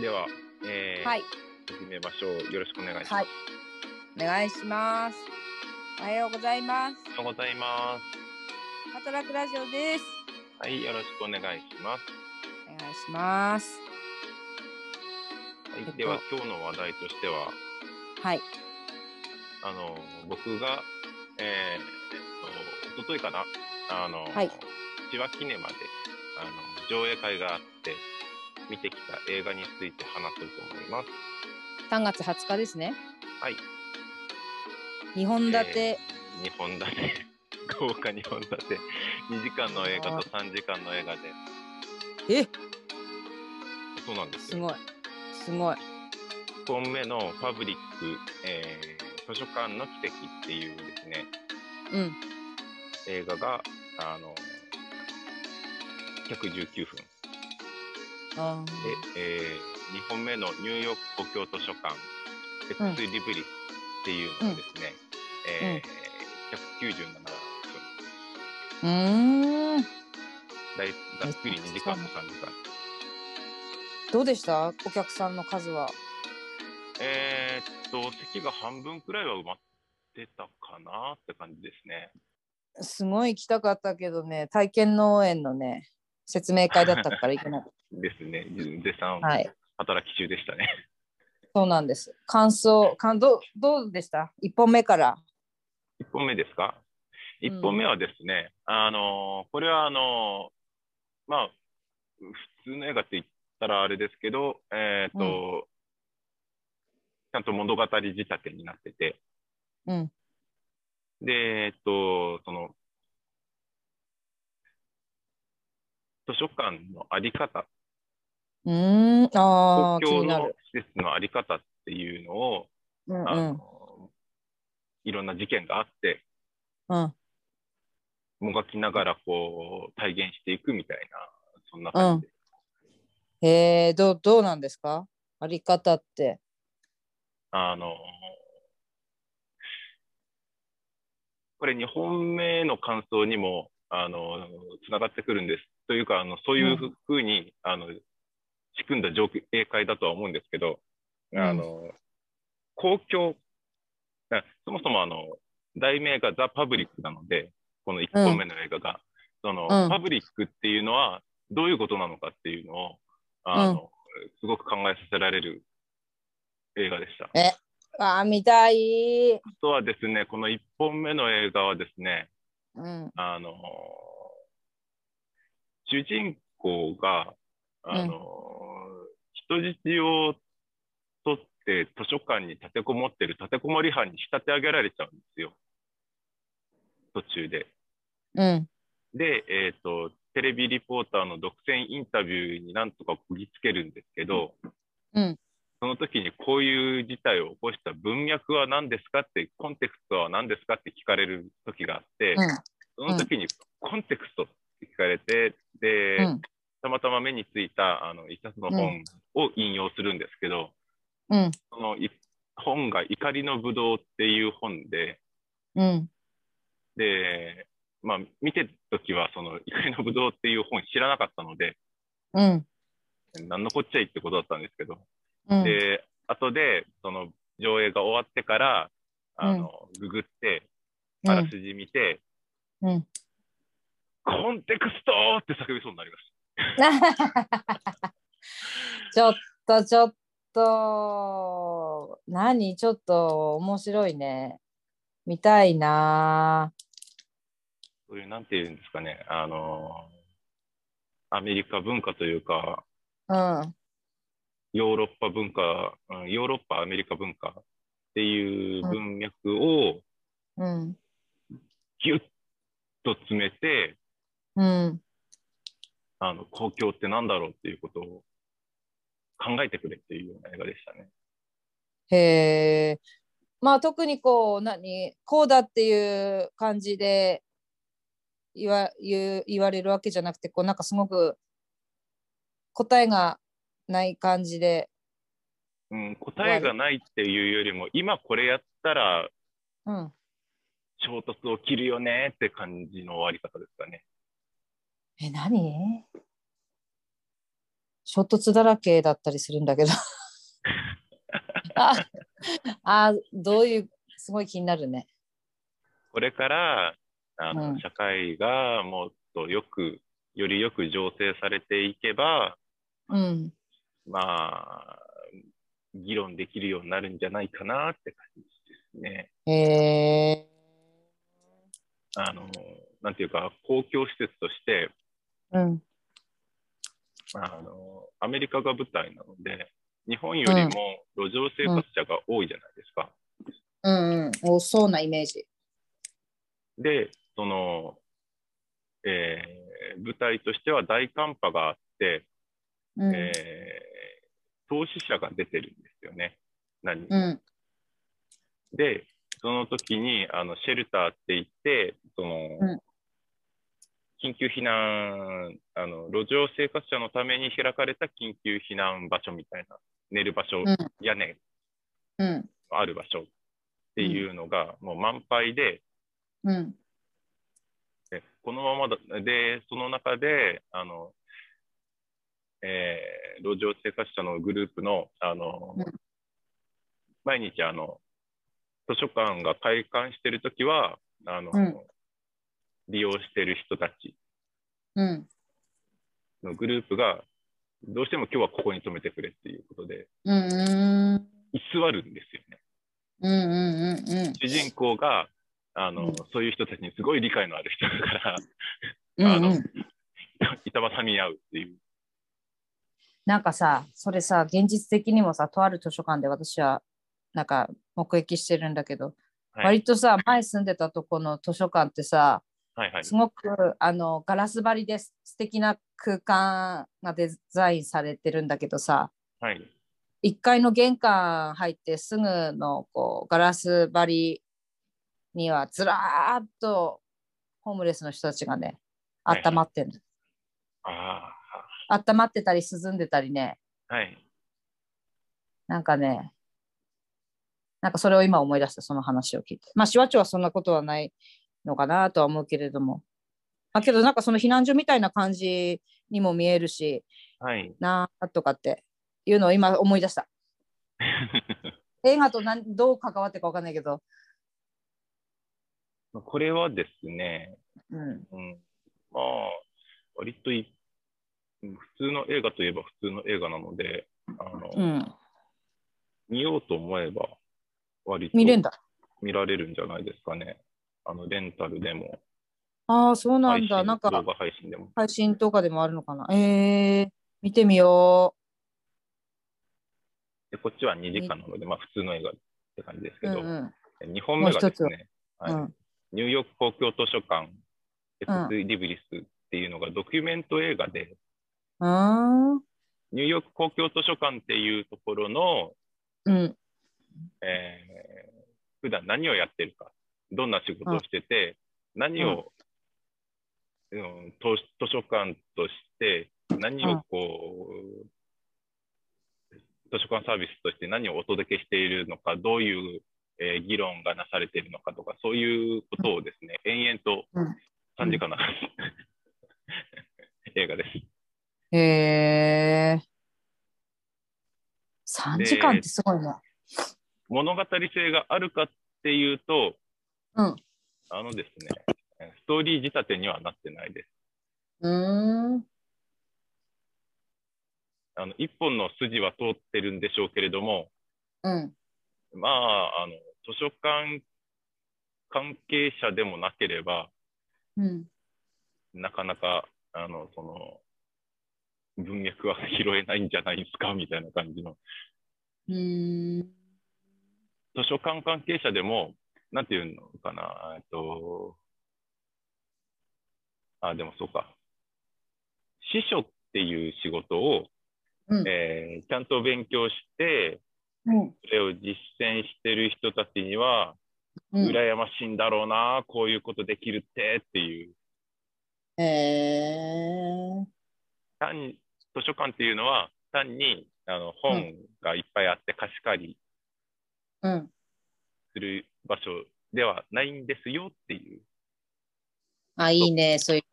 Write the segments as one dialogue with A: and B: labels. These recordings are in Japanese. A: では、えー
B: はい、
A: 始めましょう。よろしくお願いします。
B: はいお願いします。おはようございます。
A: おはようございま
B: 働くラジオです。
A: す。はい、よろしくお願いします。
B: お願いします。
A: はい、
B: えっと
A: では今日の話題としては、
B: はい、
A: あの僕がえー、えっと一昨日かな、あの、
B: はい
A: 千葉キネマであの上映会があって見てきた映画について話そうと思います。
B: 3月20日ですね。
A: はい、
B: 二本立て、
A: 日本立て豪華日本立て2時間の映画と3時間の映画で
B: え
A: そうなんです
B: す
A: よ
B: ごい、すごい。
A: 1本目のパブリック、えー図書館の奇跡っていうですね
B: うん、
A: 映画があの119分
B: あ
A: で、え2本目のニューヨーク公共図書館「ペッツ・リブリ」っていうのがですね、えー197分
B: ーうーん、
A: だいざっくり2時間と3時間
B: どうでした？お客さんの数は。
A: えーっと、席が半分くらいは埋まってたかなって感じですね。
B: すごい行きたかったけどね、体験農園のね、説明会だったから行け ない。
A: ですね。絶賛、
B: はい、
A: 働き中でしたね。
B: そうなんです。感想、感どうどうでした？一本目から。
A: 1本目ですか
B: うん
A: ?1 本目はですね、あのーこれはあのーまあ、普通の映画って言ったらあれですけど、えーっと、ちゃんと物語仕立てになってて、
B: うん、
A: で、えっと、その、図書館のあり方
B: うーん、ああ、
A: 公
B: 気
A: 共
B: にな
A: の
B: る。
A: 施設のあり方っていうのを、
B: うんう
A: あ
B: ん
A: のいろんな事件があって
B: うん
A: もがきながらこう体現していくみたいなそんな感じで、
B: へえどうどうなんですかあり方って。
A: あのこれ2本目の感想にもあのつながってくるんですというかあのそういうふうに、あの仕組んだ上映会だとは思うんですけどあの、公共あそもそもあの題名がザ・パブリックなのでこの1本目の映画が、その
B: うん
A: パブリックっていうのはどういうことなのかっていうのをあの、
B: うん
A: すごく考えさせられる映画でした。
B: あー見たい。
A: あとはですね、この1本目の映画はですね、
B: うん
A: あの主人公が、あの人質を取って図書館に立てこもってる立てこもり犯に仕立て上げられちゃうんですよ、途中で。
B: うん
A: で、えっと、テレビリポーターの独占インタビューになんとかこぎつけるんですけど、
B: うん
A: その時にこういう事態を起こした文脈は何ですかって、コンテクストは何ですかって聞かれる時があって、
B: うん
A: その時にコンテクストって聞かれて、で、
B: うん
A: たまたま目についたあの一冊の本を引用するんですけど、
B: うん
A: そのい本が「怒りのぶどう」っていう本で、
B: うん
A: で、まあ、見てるときは、その怒りのぶどうっていう本知らなかったので、
B: うん
A: なんのこっちゃいってことだったんですけど、
B: うん
A: で、後で、その上映が終わってから、あの、ググって、
B: う
A: あら
B: ん
A: すじ見て、
B: うん
A: コンテクストーって叫びそうになりまし
B: ちょっとちょっと何ちょっと面白いね。見たいな
A: た。そういう、なんていうんですかね、あの、アメリカ文化というか、
B: ー。うん
A: ヨーロッパ文化、うんヨーロッパ、アメリカ文化っていう文脈を
B: うん
A: ギュッと詰めて、
B: うん
A: あの公共ってなんだろうっていうことを考えてくれっていうような映画でしたね。
B: へえまあ特にこう何こうだっていう感じで言わ言う言われるわけじゃなくてこうなんかすごく答えがない感じで、
A: うん、答えがないっていうよりも今これやったら
B: うん、
A: 衝突起きるよねって感じの終わり方ですかね。
B: え何衝突だらけだったりするん だけどああどういうすごい気になるね
A: これからあの、
B: うん
A: 社会がもっとよくよりよく醸成されていけば
B: うん
A: まあ議論できるようになるんじゃないかなって感じですね。
B: へえ
A: あのなんていうか公共施設として
B: うん
A: あのアメリカが舞台なので日本よりも路上生活者が多いじゃないですか。
B: うんうん多そうなイメージ
A: で、その、えー舞台としては大寒波があって、
B: うん、
A: えー投資者が出てるんですよね。何人
B: うん
A: で、その時にあのシェルターって言って、その、
B: うん
A: 緊急避難あの、路上生活者のために開かれた緊急避難場所みたいな、寝る場所、
B: うん
A: 屋根
B: うん
A: ある場所っていうのが、もう満杯で、
B: うん
A: でこのままだでその中であの、えー路上生活者のグループのあの、
B: うん
A: 毎日あの図書館が開館してるときはあの、
B: うん
A: 利用してる人たち
B: うん
A: のグループがどうしても今日はここに泊めてくれっていうことで
B: うんうん
A: 居座るんですよね。
B: うんうんうん
A: 主人公があの、
B: うん
A: そういう人たちにすごい理解のある人だか
B: うん
A: あの
B: うん
A: ら 板挟み合うっていう。
B: なんかさそれさ現実的にもさとある図書館で私はなんか目撃してるんだけど、
A: はい
B: 割とさ前住んでたとこの図書館ってさ
A: はいはい
B: すごくあのガラス張りで素敵な空間がデザインされてるんだけどさ
A: はい
B: 1階の玄関入ってすぐのこうガラス張りにはずらーっとホームレスの人たちがね
A: はいはい
B: 温まってんの、
A: あ
B: 温まってたり涼んでたりね
A: ーはい
B: なんかね、なんかそれを今思い出した、その話を聞いて。まあ、シワチョはそんなことはないのかなとは思うけれども。まあ、けど、なんかその避難所みたいな感じにも見えるし、
A: はい。
B: なあとかっていうのを今思い出した。映画となんどう関わってるかわかんないけど。
A: これはですね、
B: うん。
A: うん、まあ、割というん普通の映画といえば普通の映画なので、あの
B: うん、
A: 見ようと思えば、割と
B: 見れんだ。
A: 見られるんじゃないですかね。あのレンタルでも、
B: ああ、そうな
A: 配
B: ん
A: 信
B: だ。なん
A: 動
B: か
A: 画配信でも。
B: 配信とかでもあるのかな。えー、見てみよ
A: でこっちは2時間なので、まあ、普通の映画って感じです
B: う。
A: け
B: うん
A: ど、
B: うん。
A: 2本目がです
B: もう
A: ね、はい
B: うん
A: ニューヨーク公共図書館、エ
B: うん
A: クス・リブリスっていうのがドキュメント映画で、
B: あー
A: ニューヨーク公共図書館っていうところの、
B: うん。
A: えー普段何をやってるか、どんな仕事をしてて、何を、うん図図書館として、何をこう、図書館サービスとして何をお届けしているのか、どういう、えー議論がなされているのかとか、そういうことをですね、延々と
B: うん
A: 3時間流す 映画です。
B: へえ。3時間ってすごいね。
A: 物語性があるかっていうと、
B: うん
A: あのですね、ストーリー仕立てにはなってないです。
B: うーん。
A: あの一本の筋は通ってるんでしょうけれども、
B: うん。
A: まあ、あの図書館関係者でもなければ、
B: うん。
A: なかなかあのその文脈は拾えないんじゃないですかみたいな感じの、
B: うーん。
A: 図書館関係者でも、なんていうのかな、えっと、あ、でもそうか、司書っていう仕事を、
B: うん
A: えーちゃんと勉強して、
B: うん。
A: それを実践してる人たちには、
B: うん
A: 羨ましいんだろうな、こういうことできるってっていう
B: へえ。
A: 単に図書館っていうのは単にあの本がいっぱいあって貸し借り
B: うん。
A: する場所ではないんですよっていう
B: あ、いいね。そういう。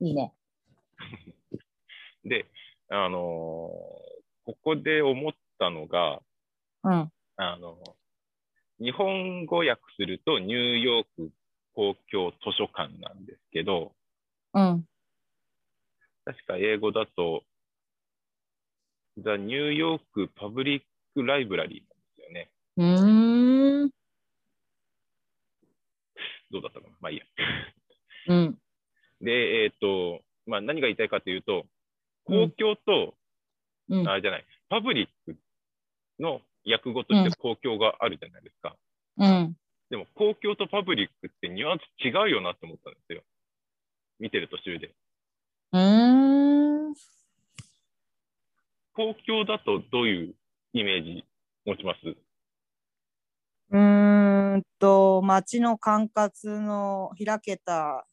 B: いいね。
A: で、あのーここで思ったのが、
B: うん。
A: あの日本語訳するとニューヨーク公共図書館なんですけど、
B: うん。
A: 確か英語だと、The New York Public Library なんですよね。
B: うーん。
A: どうだったかなまあいいや。
B: うん。
A: で、えっ、と、まあ何が言いたいかというと、
B: う
A: 公
B: ん
A: 共と、
B: うん。
A: あじゃない、パブリックの訳語として公共があるじゃないですか。
B: うん。
A: でも公共とパブリックってニュアンス違うよなって思ったんですよ。見てる途中で。
B: うーん。
A: 公共だとどういうイメージ持ちます
B: うーんと町の管轄の開けた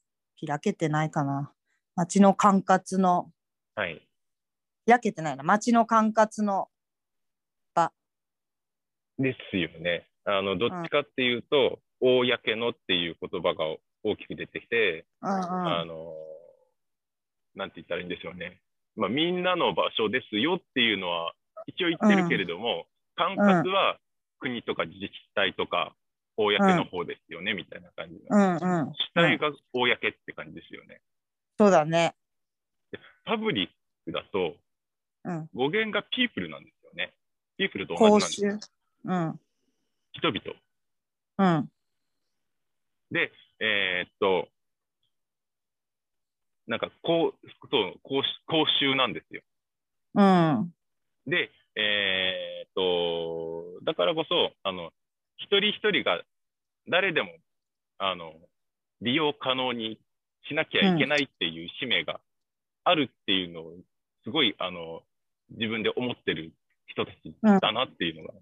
B: 開けてないかな町の管轄の
A: はい。
B: 焼けてないな町の管轄の
A: ですよね。あの、どっちかっていうと、公のっていう言葉が大きく出てきて、
B: うんうん
A: あの、なんて言ったらいいんでしょうね。まあ、みんなの場所ですよっていうのは一応言ってるけれども、管轄は国とか自治体とか、公の方ですよね、みたいな感じ
B: う
A: が。
B: んうん
A: 主体が公って感じですよね。
B: そうだね
A: パブリックだと、
B: うん
A: 語源がピープルなんですよね。ピープルと同じなん
B: 公
A: ですよ。
B: 衆うん
A: 人々。
B: うん
A: で、えーっと、なんか、こう、そう、講習講習なんですよ。
B: うん
A: で、えーっと、だからこそ、あの、一人一人が誰でも、あの、利用可能にしなきゃいけないっていう使命があるっていうのを、すごい、あの、自分で思ってる人たちだなっていうのが。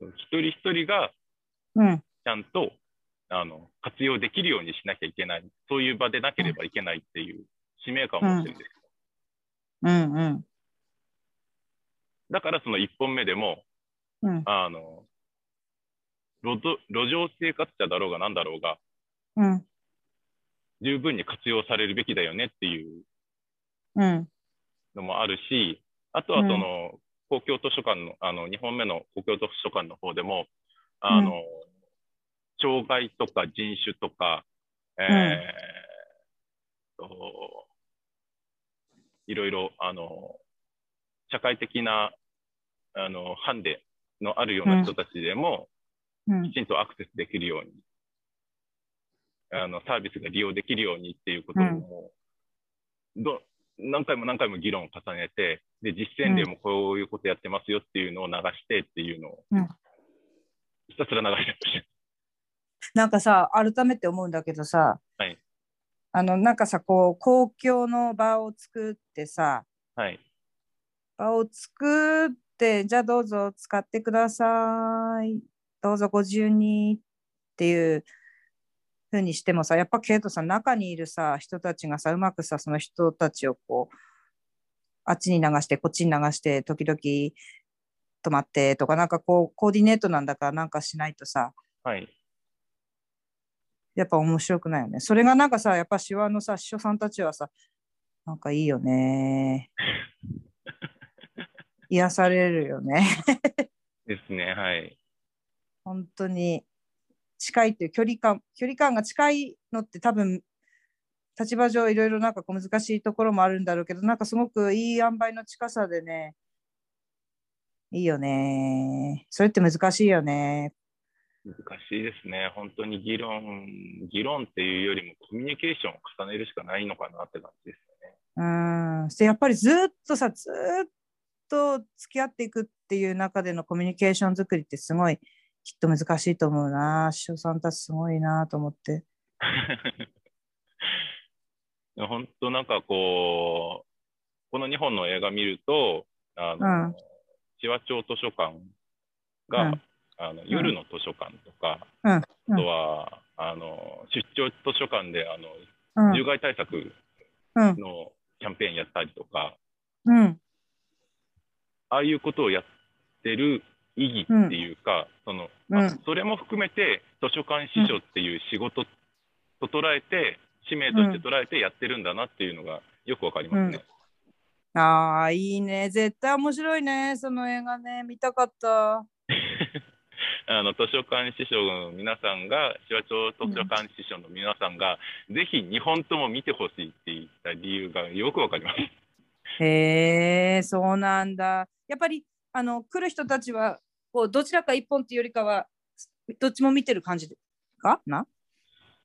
A: 一人一人が、
B: うん
A: ちゃんとあの活用できるようにしなきゃいけない、そういう場でなければいけないっていう使命感を持ってるんです。
B: うんうん
A: だからその1本目でも、
B: うん
A: あの路ぞ路上生活者だろうがなんだろうが、
B: うん
A: 十分に活用されるべきだよねっていう
B: うん
A: のもあるし、あとは
B: う
A: そ
B: ん
A: の、公共図書館の、あの2本目の公共図書館の方でも、あの障害とか人種とか、えーといろいろあの社会的なあのハンデのあるような人たちでも、
B: うん
A: きちんとアクセスできるように、あのサービスが利用できるようにっていうことをもうど何回も何回も議論を重ねてで実践でもこういうことやってますよっていうのを流してっていうのを、
B: うん
A: ひたすら流してまし
B: なんかさ改めて思うんだけどさ、
A: はい
B: あのなんかさこう公共の場を作ってさ、
A: た。はい、
B: 場を作って、じゃあどうぞ使ってください。どうぞご自由にっていう風にしてもさ、やっぱケイトさん、中にいるさ、人たちがさ、うまくさ、その人たちをこう、あっちに流して、こっちに流して、時々止まってとか、なんかこう、コーディネートなんだからなんかしないとさ、
A: はい
B: やっぱ面白くないよね。それがなんかさ、やっぱ手話のさ、師匠さんたちはさ、なんかいいよね。癒されるよね。
A: ですね、はい。
B: 本当に近いっていう距離感距離感が近いのって多分立場上いろいろなんかこう難しいところもあるんだろうけどなんかすごくいい塩梅の近さでねいいよねそれって難しいよね
A: 難しいですね。本当に議論、議論っていうよりもコミュニケーションを重ねるしかないのかなって感じですね。
B: うんでやっぱりずっとさずっと付き合っていくっていう中でのコミュニケーション作りってすごいきっと難しいと思うな師匠さんたちすごいなと思って
A: 本当なんかこう、この2本の映画見ると、あ
B: う
A: の、
B: ん
A: 千和町図書館が、
B: うん
A: あの夜の図書館とか、
B: うんうん
A: あとは、あの出張図書館であの、
B: うん
A: 獣害対策
B: うん
A: のキャンペーンやったりとか、
B: うん
A: ああいうことをやってる意義っていうか、その
B: うん
A: それも含めて図書館司書っていう仕事と捉えて、使命として捉えてやってるんだなっていうのがよくわかりますね。
B: ああ、いいね。絶対面白いね。その映画ね。見たかった。
A: あの図書館師匠の皆さんが、紫波町図書館師匠の皆さんが、ぜひ2本とも見てほしいって言った理由がよくわかります。
B: へえ、そうなんだ。やっぱり、あの、来る人たちは、こう、どちらか一本っていうよりかは、どっちも見てる感じかな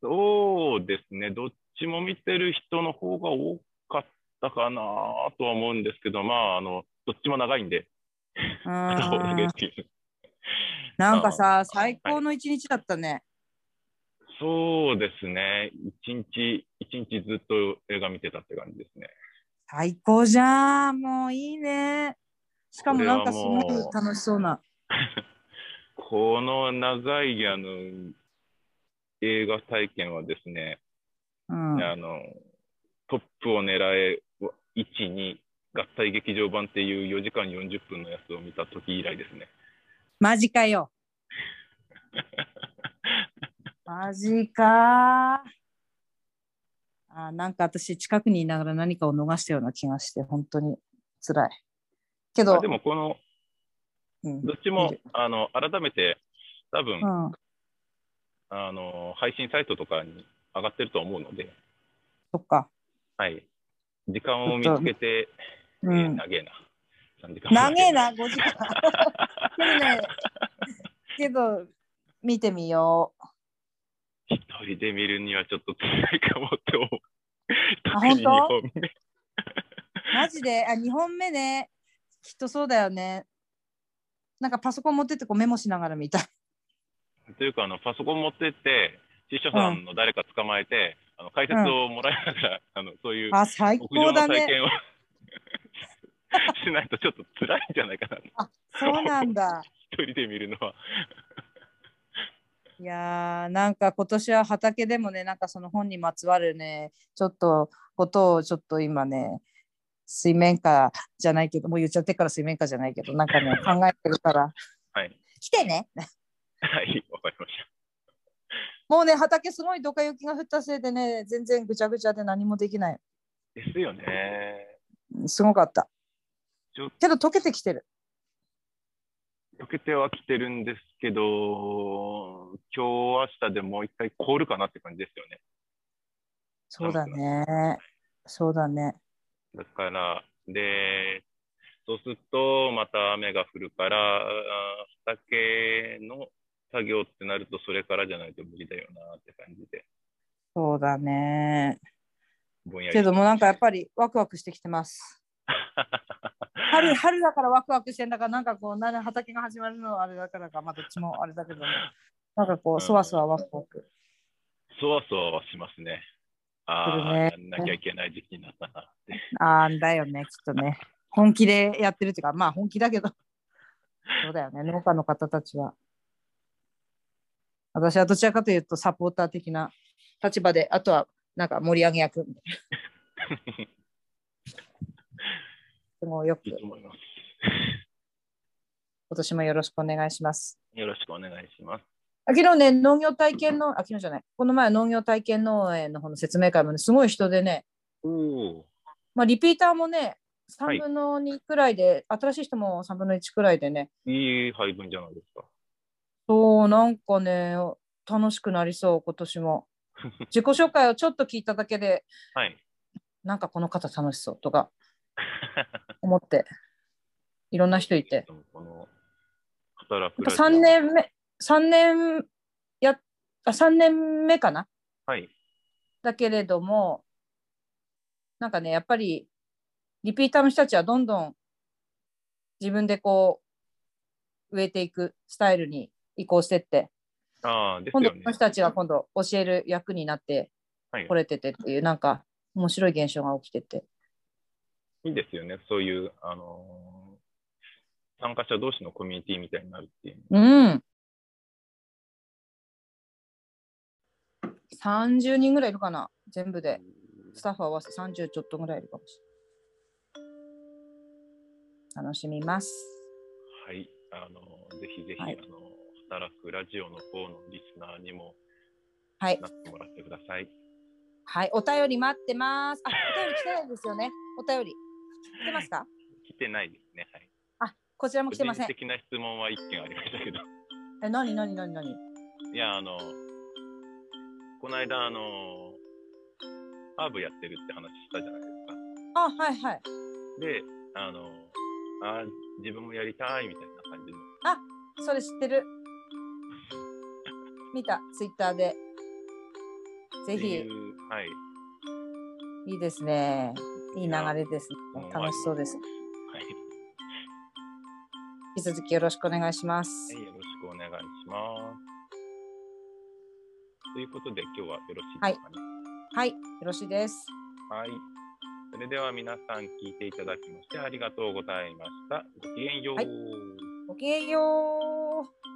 A: そうですね、どっちも見てる人の方が多かったかなとは思うんですけど、まあ、あのどっちも長いんで、
B: う
A: 片方だけ
B: ん
A: っ。ていう。
B: なんかさ、
A: あー
B: 最高の一日だったね。
A: そうですね、一日、一日ずっと映画見てたって感じですね。
B: 最高じゃん。もういいね。しかもなんかす
A: これは
B: ご
A: もう
B: く楽しそうな。
A: この長いあの映画体験はですね、
B: うん。
A: あのトップを狙え1、2、合体劇場版っていう4時間40分のやつを見た時以来ですね。
B: マジ かよ。マジかあーなんか私近くにいながら何かを逃したような気がして本当に辛いけ
A: ま
B: ど
A: あでもこの
B: うん
A: どっちも
B: 見る、
A: あの、改めて、多分、
B: うん、
A: あの、配信サイトとかに上がってると思うので、
B: そっか、
A: はい。時間を見つけて、え
B: う
A: ー
B: ん、
A: 長えな。3時間
B: 長えな。5時間 けどねけど見てみよう
A: 一人で見るにはちょっと辛いかもって思う。
B: あ
A: 特に日
B: 本
A: 本目。
B: マジであ2本目ねきっとそうだよねなんかパソコン持ってってこうメモしながら見たい
A: というか、あの、パソコン持ってって、司書さんの誰か捕まえて、あの解説をもらいながら、あの、そういう
B: あ最
A: 屋上
B: 高
A: の
B: だ
A: 体
B: ね
A: 験を、しないとちょっと辛いんじゃないかな。
B: そうなんだ
A: 一人で見るのは。
B: いやーなんか今年は畑でもねなんかその本にまつわるねちょっとことをちょっと今ね水面下じゃないけどもう言っちゃってっから水面下じゃないけどなんか ね考えてるから
A: はい。
B: 来てね
A: はい、わかりました。
B: もうね畑すごいどか雪が降ったせいでね全然ぐちゃぐちゃで何もできない
A: ですよね。
B: うんすごかった
A: ちょ
B: けど溶けてきてる
A: 溶けてはきてるんですけど、今日、明日でもう一回凍るかなって感じですよね。
B: そうだねそうだね
A: だから、で、そうすると、また雨が降るから、あー畑の作業ってなると、それからじゃないと無理だよなって感じで、
B: そうだね
A: ぼんやり。
B: けどもなんかやっぱりワクワクしてきてます春春だからワクワクしてんだからなんかこうな畑が始まるのはあれだからかまあどっちもあれだけど、ね、なんかこ
A: うん
B: うそわそわワクワク
A: そわそわはしますね。ああ、や
B: する
A: んなきゃいけない時期になったなって。
B: あんだよねきっとね本気でやってるっていうかまあ本気だけどそうだよね農家の方たちは私はどちらかというとサポーター的な立場であとはなんか盛り上げ役でもよく
A: いい
B: 今
A: と思います。
B: 年もよろしくお願いします
A: よろしくお願いします。
B: あ昨日ね、農業体験の、あ、昨日じゃない、この前農業体験農園の方の説明会もね、すごい人でね、
A: おお。
B: まあ、リピーターもね、
A: はい
B: 3分の2くらいで、新しい人も3分の1くらいでね、
A: いい配分じゃないですか。
B: そう、なんかね、楽しくなりそう、今年も。自己紹介をちょっと聞いただけで、
A: はい。
B: なんかこの方楽しそうとか思って、いろんな人いて。
A: この働く
B: や
A: ラジ
B: っ
A: オ
B: ぱ3年目、三年や、あ、3年目かな
A: はい。
B: だけれども、なんかね、やっぱりリピーターの人たちはどんどん自分でこう植えていくスタイルに移行してって、
A: ああ、です
B: 今度
A: よ
B: こ
A: ね
B: の。人たちが今度教える役になって
A: はい
B: こ。れててっていう、なんか面白い現象が起きてて。
A: いいですよね。そういう、あのー参加者同士のコミュニティみたいになるっていう。
B: うん。30人ぐらいいるかな、全部で。スタッフ合わせて30ちょっとぐらいいるかもしれない。楽しみます。
A: はい。あのーぜひぜひ、
B: はい
A: あのー働くラジオの方のリスナーにも、
B: はい
A: な。ってもらってください。
B: はい。お便り待ってます。あ、お便り来てないですよね。お便り。来てますか
A: 来てないですね。はい。
B: こちらも
A: 個
B: 来て
A: 人
B: ません。
A: 的な質問は一件ありましたけど。
B: え、なになになになに
A: いや、あの、この間、あの、ハーブやってるって話したじゃないですか。
B: あ、はいはい。
A: で、あの、あー自分もやりたいみたいな感じの。
B: それ知ってる。見た、ツイッターで。ぜ
A: って
B: ひ、
A: いうはい。
B: いいですね。いい流れですね
A: い。や
B: 楽しそうです。
A: はい。
B: 引き続きよろしくお願いします。
A: はいよろしくお願いします。ということで、今日はよろしいですかね。
B: はい、よろしいです。
A: はい。それでは皆さん聞いていただきましてありがとうございました。ごきげんよう。
B: はいごきげんよう。